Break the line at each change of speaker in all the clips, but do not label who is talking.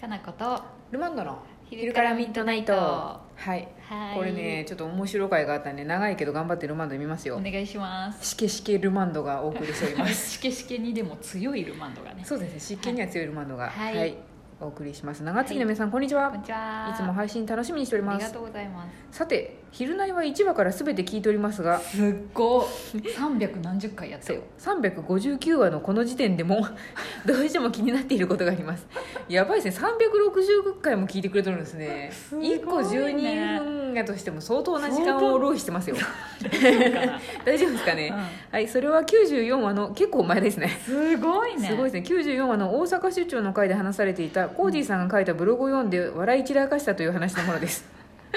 かなこと
ルマンドの
昼からミッドナイトは
はい
い
これねちょっと面白い回があったんで長いけど頑張ってルマンド見ます
お
よ
願いします
しけしけルマンドがお送りしております
しけしけにでも強いルマンドがね
そうですね湿気には強いルマンドが
はい
お送りします長月の皆さんこんにちは、
こん
い、
にちはい
つも配信楽しみにしており
あ
ま
りが
す
とうございま
さて「昼なり」は1話から全て聞いておりますが
すすっご三百何十回やった
そ
よ
う359話のこの時点でもどうして も気になっていることがありますやばいですね360回も聞いてくれてるんですね
すごいね
1個12分やとしても相当な時間を浪費してますよ大丈夫ですか ね、はいそれは94話の結構前ですね
すごいね
すごいですね94話の大阪出張の回で話されていたコーディさんが書いたブログを読んで笑い散らかしたという話のものです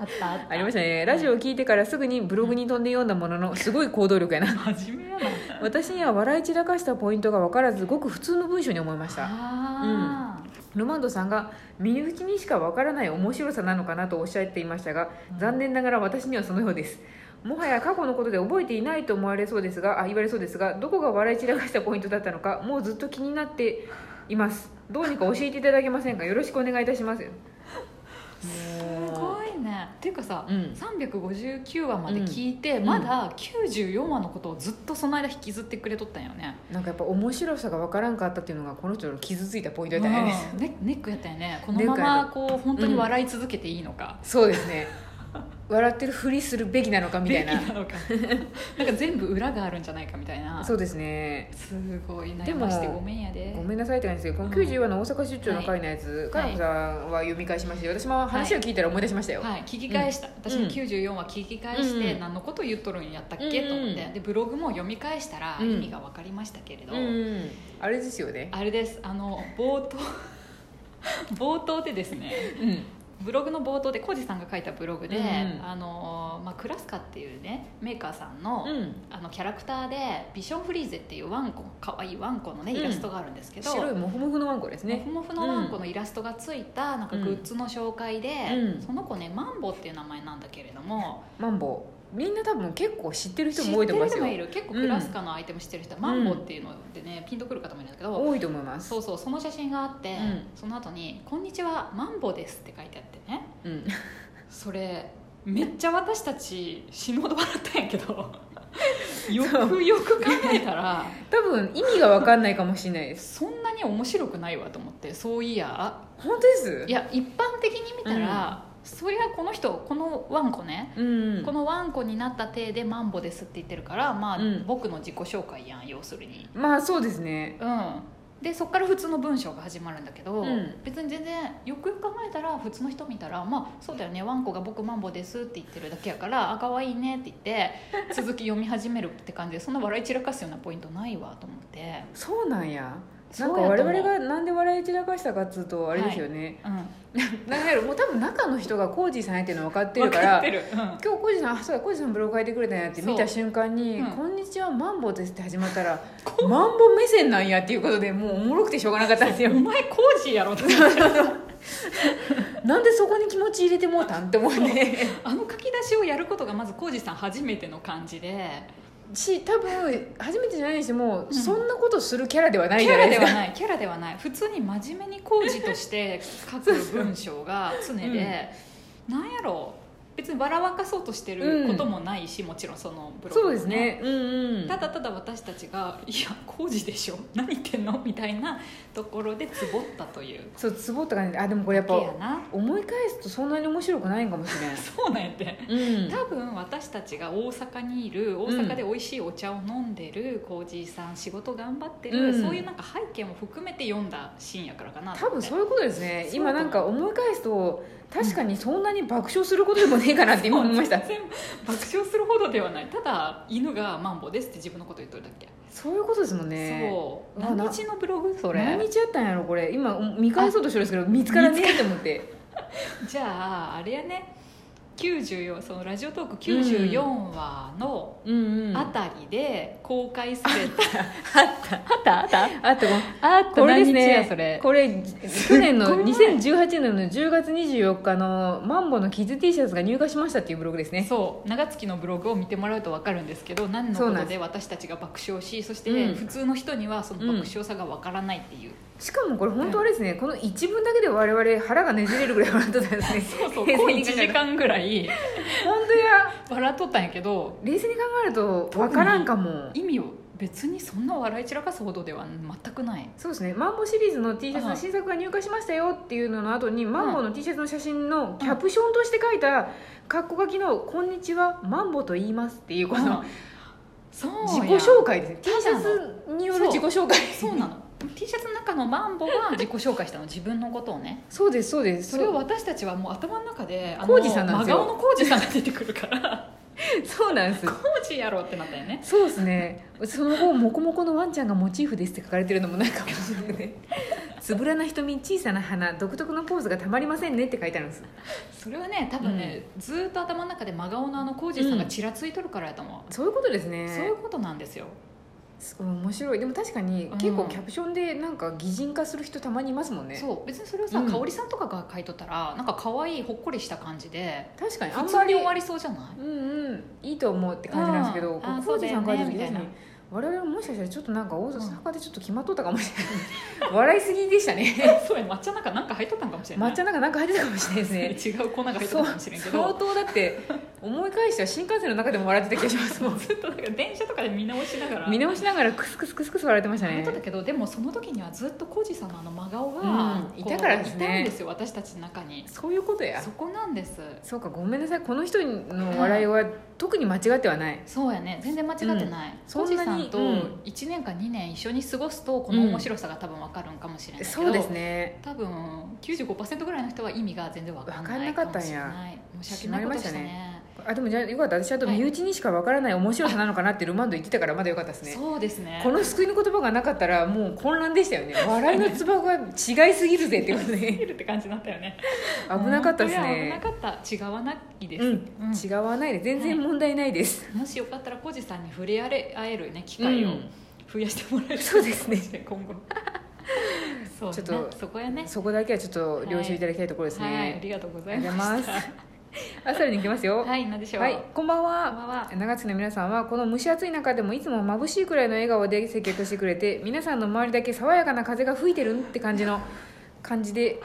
あったあった
ありましたねラジオを聞いてからすぐにブログに飛んで読んだもののすごい行動力やな
真面目やな
私には笑い散らかしたポイントが分からずごく普通の文章に思いました
ああ
ルマンドさんが身内にしか分からない面白さなのかなとおっしゃっていましたが
うん
残念ながら私にはそのようですもはや過去のことで覚えていないと思われそうですがあ言われそうですがどこが笑い散らかしたポイントだったのかもうずっと気になっていますどうにか教えていただけませんかよろしくお願いいたします
すごいねっていうかさ、
うん
359話まで聞いて、
うん
まだ94話のことをずっとその間引きずってくれとったんよね
なんかやっぱ面白さが分からんかったっていうのがこの人の傷ついたポイント
う
だ
ん
ったよね、
ネネックやったよねこの
ネッ
ま
クや
ま
っ
こう本当に笑い続けていいのか、
そうですね笑ってるふりするべきなのかみたい
べ
な
きなのか なんか全部裏があるんじゃないかみたいな
そうですね
すごい
で
悩
も
ましてごめんやで
ごめんなさいって感じですけどこの90話の大阪出張の回のやつ、
はい
かなこさんは読み返しまして私も話を聞いたら思い出しましたよ、
はい、聞き返した、私も94話聞き返して、
うん
何のこと言っとるんやったっけ、
うん
と思ってでブログも読み返したら
うん
意味が分かりましたけれど、
うんあれですよね
あれですあの冒頭 冒頭でですね
うん
ブログの冒頭で浩二さんが書いたブログで、
うん
あのまあ、クラスカっていうねメーカーさんの,、
うん
あのキャラクターでビションフリーゼっていうワンコかわいいワンコのね
うん
イラストがあるんですけど、
白いモフモフのワンコですね
モフモフのワンコのイラストがついたなんかグッズの紹介で、
うん
その子ねマンボっていう名前なんだけれども、
マンボウみんな多分結構知ってる人
知
も多
っ
い
て
と思
る
います
人もい
よ
る結構クラスカのアイテム知ってる人は、マンボっていうのでねピンとくる方もいるんだけど、
多いと思います
そうそうその写真があって、
うん
その後に「こんにちはマンボです」って書いてあってね
うん、
それめっちゃ私たち死ぬほど笑ったんやけどよくよく考えたら
多分意味が分かんないかもしれないです
そんなに面白くないわと思ってそういや
本当です
いや一般的に見たら、そりゃこの人このワンコね、
うん
このワンコになった体で「マンボです」って言ってるからまあ、
うん
僕の自己紹介やん要するに
まあそうですね
うん、でそこから普通の文章が始まるんだけど、
うん
別に全然よくよく考えたら普通の人見たら「まあそうだよねワンコが僕マンボです」って言ってるだけやから「あ可愛いね」って言 って続き読み始めるって感じでそんな笑い散らかすようなポイントないわと思って、
そうなんや
そ
な
うんや
か
と思う
我々がなんで笑い散らかしたかっつうとあれですよね、
うん、
なんかやろもう多分中の人がコージーさんやってるの分かってるか
わ
ら
ってる、うん
今日コージさんあそうだコージさんブログ書いてくれたんやって見た瞬間
そう
に「
うん
こんにちはマンボウです」って始まったら「マンボウ目線なんや」っていうことでもうおもろくてしょうがなかったんですよ
お前コージーやろって
なんでそこに気持ち入れてもうたんって思うね
あの書き出しをやることがまずコージーさん初めての感じで
し多分初めてじゃないにしても、
ん
そんなことするキャラではない
キ
じゃ
ャ
な
ラ
いで
ですは
か
ないキャラではない普通に真面目に工事として書く文章が常で、なんやろう別に笑わかそうとしてることもないし、もちろんそのブログ
そ
も
うですねうんうん
ただただ私たちが「いや工事でしょ何言ってんの?」みたいなところでつぼったという
そうツボとかねあでもこれやっ
だけや
ぱ
な
思い返すとそんなに面白くないんかもしれない
そうなんやって
うん
多分私たちが大阪にいる大阪で美味しいお茶を飲んでる工事さん仕事頑張ってる、
うん
そういうなんか背景も含めて読んだシーンやからかなと
多
思っ
分
て
そういうことですね
そう
今なんか思い返すと確かにそんなに爆笑することでもねえかなって今思いました
全然爆笑するほどではないただ犬が「マンボです」って自分のこと言っとるだけ、
そういうことですもんね
そう
あ
何
な
日のブログそれ
何日やったんやろこれ今見返そうとしてるんですけど見つからねえと思って
じゃああれやね94そのラジオトーク94話の
うんうん
あたりで公開され
あった
た、あったあっ
あった
たあった
これです
何日や
ね
それ
これ去年の
すっごい
2018年の10月24日のマンボのキッズ T シャツが入荷しましたっていうブログですね
そう長月のブログを見てもらうと分かるんですけど何の
そう
こ
なん
と
で
で私たちが爆笑しそして
うん
普通の人にはその爆笑さが分からないっていう、
しかもこれ本当あれですね、この一文だけで我々腹がねじれるぐらい笑ってたんですね
そうそう
冷静
小
に
1
考え
時
たら
間ぐらい
本当や
笑っとったんやけど
冷静に考えると分からんかも
意味を別にそんな笑い散らかすほどでは全くない
そうですねマンボシリーズの T シャツ
う
の
ん
新作が入荷しましたよっていうのの後に、マンボの T シャツの写真のキャプションとして書いた括弧書きの「こんにちはマンボと言います」っていうこの
うんそうや
自己紹介ですね T
そうや
シャツによる自己紹介
そうなの T シャツの中のマンボが自己紹介したの自分のことをね
そうです そうです
それを私たちはもう頭の中であの
浩二さんなんですよ
真顔のコージさんが出てくるから
そうなんです
コージやろうってなったよね
そうですねその後「もこもこのワンちゃんがモチーフです」って書かれてるのもなんか面白く ね「つぶらな瞳小さな花独特のポーズがたまりませんね」って書いてあるんです
それはね多分ね、ずーっと頭の中で真顔のあのコージさんがちらついとるからやと思う、
そういうことですね
そういうことなんですよ
そう面白いでも確かに
うん
結構キャプションでなんか擬人化する人たまにいますもんね
そう別にそれをさ、
うん
香織さんとかが書いとったらなんか可愛いほっこりした感じで
確かにあ
普
ん
通
ま
に
り
終わりそう じゃない
うんうんいいと思うって感じなんですけど
うん
こう
あ
浩次さん書いた
そうだよねみ
時
たいな
確かに我々ももしかしたらちょっとなんか大
ん
阪でちょっと決まっとったかもしれない笑いすぎでしたね
そうや抹茶なんかなんか入っとったんかもしれない
抹茶なんかなんか入ってたかもしれないですね
違う粉が入っとったかもしれんけ
相
ど
当だって思い返しては新幹線の中でも笑ってた気がしますもん
ずっとなんか電車とかで見直しながら
見直しながらクスクスクスクス笑ってました
あれ
ね
だったけどでもその時にはずっと浩二さんのあの真顔が、
うんいたからですね
こういたんですよ私たちの中に
そういうことや
そこなんです
そうかごめんなさいこの人の笑いは特に間違ってはない
そうやね全然間違ってない
そ
浩
ん
二、
な
さ
に
んと
うん
1年か2年一緒に過ごすとこの面白さが多分分かるんかもしれないけど、
そうですね
多分95%ぐらいの人は意味が全然分かんないかもしれ
わかんな
ない申し訳ないことした
しまい
ね
あでもじゃあよかった私あと身内にしかわからない面白さなのかなってルマンド言ってたからまだよかったですね
そうですね
この救いの言葉がなかったらもう混乱でし たよね笑いのツボが違いすぎるぜってこと
見
で
るって感じだったよね
危なかったです
本当や
ね
危なかった違わないです、
うん
うん
違わないで全然問題ないです、
もしよかったら浩二さんに触れあれ合えるね機会を
うん
増やしてもらえる、
そうですね
今後そう、ね、
ちょっと
そこやね
そこだけはちょっと了承いただきたいところですね、
はいありがとうござ
あ
い
りがとうご
ま
ざいます
した
あさりに行きますよは
はい何でし
い、
ょう、
こんばん
こんば
は
んは
長月の皆さんはこの蒸し暑い中でもいつも眩しいくらいの笑顔で接客してくれて皆さんの周りだけ爽やかな風が吹いてるんって感じの感じで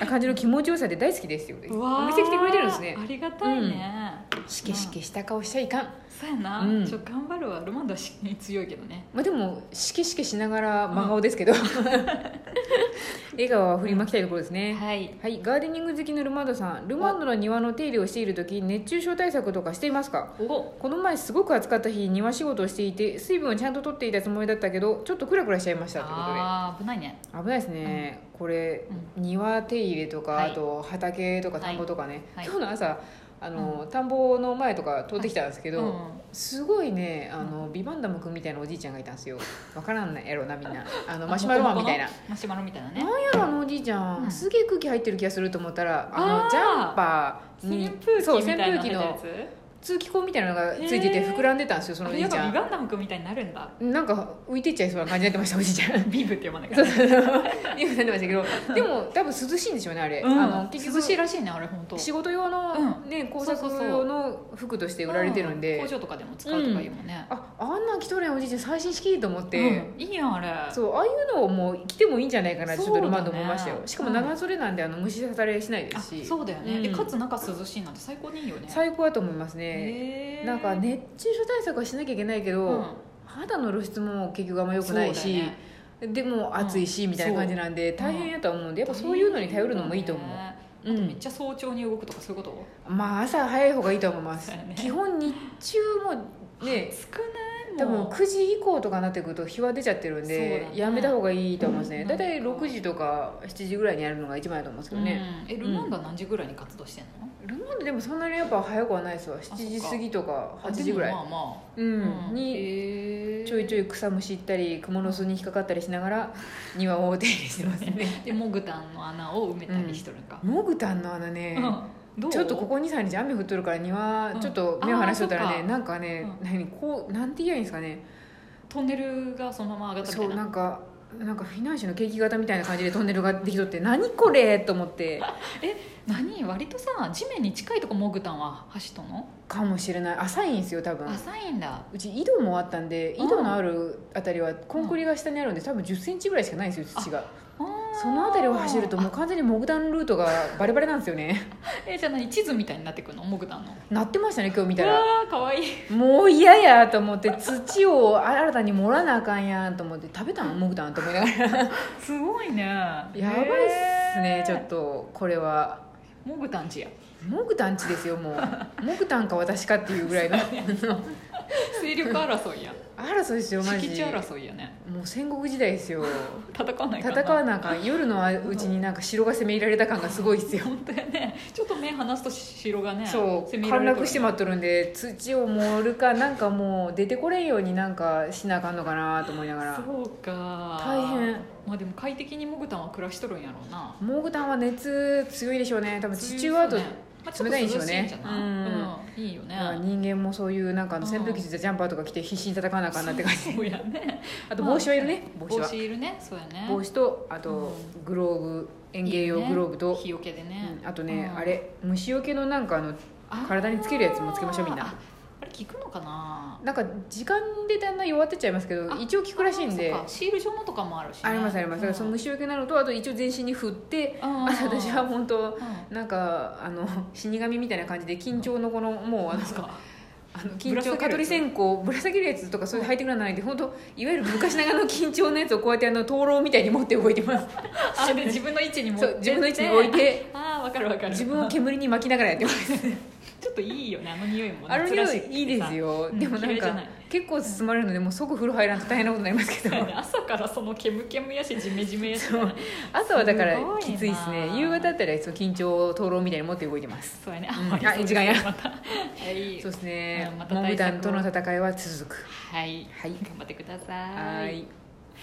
あ感じの気持ちよさで大好きですよ
うわー
お店来てくれてるんですね
ありがたいね、
しけしけした顔しちゃいかん、
そうやな、
うん
ちょっと頑張るわルマンドはし強いけどね
まあ、でもしけしけしながら真顔 ですけど、笑顔は振りまきたいところですね、
はい
はい、ガーデニング好きのルマンドさんルマンドの庭の手入れをしている時熱中症対策とかしていますか
お
この前すごく暑かった日庭仕事をしていて水分をちゃんと取っていたつもりだったけどちょっとクラクラしちゃいましたというこ
あー危ないね
とで危ないですね、これ、庭手入れとか、
はい
あと畑とか田んぼとかね、
はい
今日の朝あの、田んぼの前とか通ってきたんですけど、
うん
すごいねあのビバンダム君みたいなおじいちゃんがいたんですよわからんないやろなみんなあのマシュマロマンみたいな
マシュマロみたいなね
なんやろあのおじいちゃん、
うん
すげえ空気入ってる気がすると思ったらあ
あ
の
ー
ジャンパーに
扇風
そう
機みた
扇
いな
風
の入
機
ったや
の
つ
通気口みたいなのがついてて
へー
膨らんでたんですよその
あ
お
れ
じ
や
い
っ
ち
ぱ
ゃ
ビ
ん
ガンダム君みたいになるんだ
なんか浮いてっちゃいそうな感じになってましたおじいちゃん
ビブって読まないか
そう
ら
そうそうリングになってました けどでも多分涼しいんでしょうねあれ、
うん
あの結
涼しい
局
らしいねあれ本当
仕事用の、ね工作
そうそうそう
用の服として売られてるんで、
う工場とかでも使うとかいうもんね、
ああんなん着とるやんおじいちゃん最新式と思っ
う
て、
ん、いいやんあれ
そうああいうのをもう着てもいいんじゃないかなってちょっとルマンド思いました
そう
よ、
だね
しかも長袖なんであの虫刺されしないで
あ
すし
そうだよね、で
うん
かつ中涼しいなんて最高にいいよね
最高だと思いますね、
へー
なんか熱中症対策はしなきゃいけないけど、
うん
肌の露出も結局あんま良くない
そうだ
し、
よね
でも暑いし、
うん
みたいな感じなんで大変やとは思うんでやっぱそういうのに頼るのもいいと思う、
ね
う
めっ
ん、
ちゃ早朝に動くとかそういうこと
まあ朝早い方がいいと思います、
そうだよね
基本日中もね
少ないもん
多分9時以降とかになってくると日は出ちゃってるんで、
そうだね
やめた方がいいと思いますね
うん
大体6時とか7時ぐらいにやるのが一番だと思うんですけどね、
うん、えルマンドは何時ぐらいに活動してんの、
ルマンドでもそんなにやっぱ早くはないですわ7時過ぎとか
あ
8時ぐらい、
でもまあまあ
うんに
に
ちょ いちょ
い
い草むし行ったり蜘蛛の巣に引っかかったりしながら庭をお手入れしてますね
でモグタンの穴を埋めたりしとるんか、
モグタンの穴ね、
うんどう
ちょっとここ23日雨降っとるから庭
うん
ちょっと目を離しとったらね、
あーそっか
なんかね、何こうなんて言えばいいんですかね
トンネルがそのまま上がった
そ
み
う
たい
な
なん
かなんかフィナンシェのケーキ型みたいな感じでトンネルができとって何これと思って
何割とさ地面に近いとこモグタンは走っとんの、
かもしれない浅いんですよ多分
浅いんだ
うち井戸もあったんで
うん
井戸のあるあたりはコンクリが下にあるんで多分1 0ンチぐらいしかないんですよ土がそのあたりを走るともう完全にモグダンルートがバレバレなんですよね
えじゃあ何地図みたいになってくるのモグタンの
なってましたね今日見
う
た
わ
ら
ーかわいい
もう嫌やと思って土を新たに盛らなあかんやんと思って食べたんモグダンと思 いながらや
すごいねや
ばいっすねちょっとこれは
モグタンちや
モグタンちですよもうモグタンか私かっていうぐらいの
勢力争いや
争いですよマジ
敷地争いやね
もう戦国時代ですよ
戦わないか
戦
な
わなあかん夜のうちになんか城が攻め入れられた感がすごいですよ
本当やねちょっと目離すと城がね
そう
攻められと
陥
る
落してまっとるんで土を盛るかなんかもう出てこれんようになんかしなあかんのかなと思いながら
そうか
大変
まあでも快適にモグタンは暮らしとるんやろうな
モグタンは熱強いでしょうね多分地中はあと
そうですよね
冷たいんでし
まあちょ
ょうね
っと涼しいんじゃないうんいいよ
なんか
ね
人間もそういうなんかあの
うん
扇風機ついたジャンパーとか着て必死に戦わなあかんなって感じ
そうやね
あと帽子はいるね帽子
帽
は
子いるねそうやね
帽子とあとグローブ園芸用グローブと
日よけでね
うんあとね、
うん
あれ虫よけのなんかあの
あー
体につけるやつもつけましょうみんな
ああれ効くのかな
なんか時間でだんだん弱ってっちゃいますけど
あ
一応効くらしいんで
あーそ
あ
うかシール状のとかもあるしね
りますあります、だからそ
う
の
ん
虫よけなのとあと一応全身に振って、
うん
あと 私は本当
うん
なんかあの死神みたいな感じで緊張のこのもうあ
なん
の
ですか
あの
ぶ
緊
ら下げ
張
る
蚊取り線香ぶら下げるやつとかそういうハイテクなのないんで本当いわゆる昔ながらの緊張のやつをこうやってあの灯籠みたいに持って動いてます
あで自分の位置に持って
そ
っ
う
て
自分の位置に置いて
ああわかるわかる
自分を煙に巻きながらやってます
ちょっといいよねあの匂いも
あの
夏ら
匂
し
い
くてさ
いいですよ
うん
でもな
嫌
ん
いじゃ
か
ない
結構進まれるのでもう即風呂入らんと大変なことになりますけど
朝からそのケムケムやしジメジメやし
そう朝はだから
すごいな
きついですね夕方あったらその緊張を灯籠みたいに持って動いてます
そうやね
うん
あ
あ時間や
またはい
そうですね
うんまた
モン
対
ブ
策を
ダンとの戦いは続く
はい
はい
頑張ってくださ
はい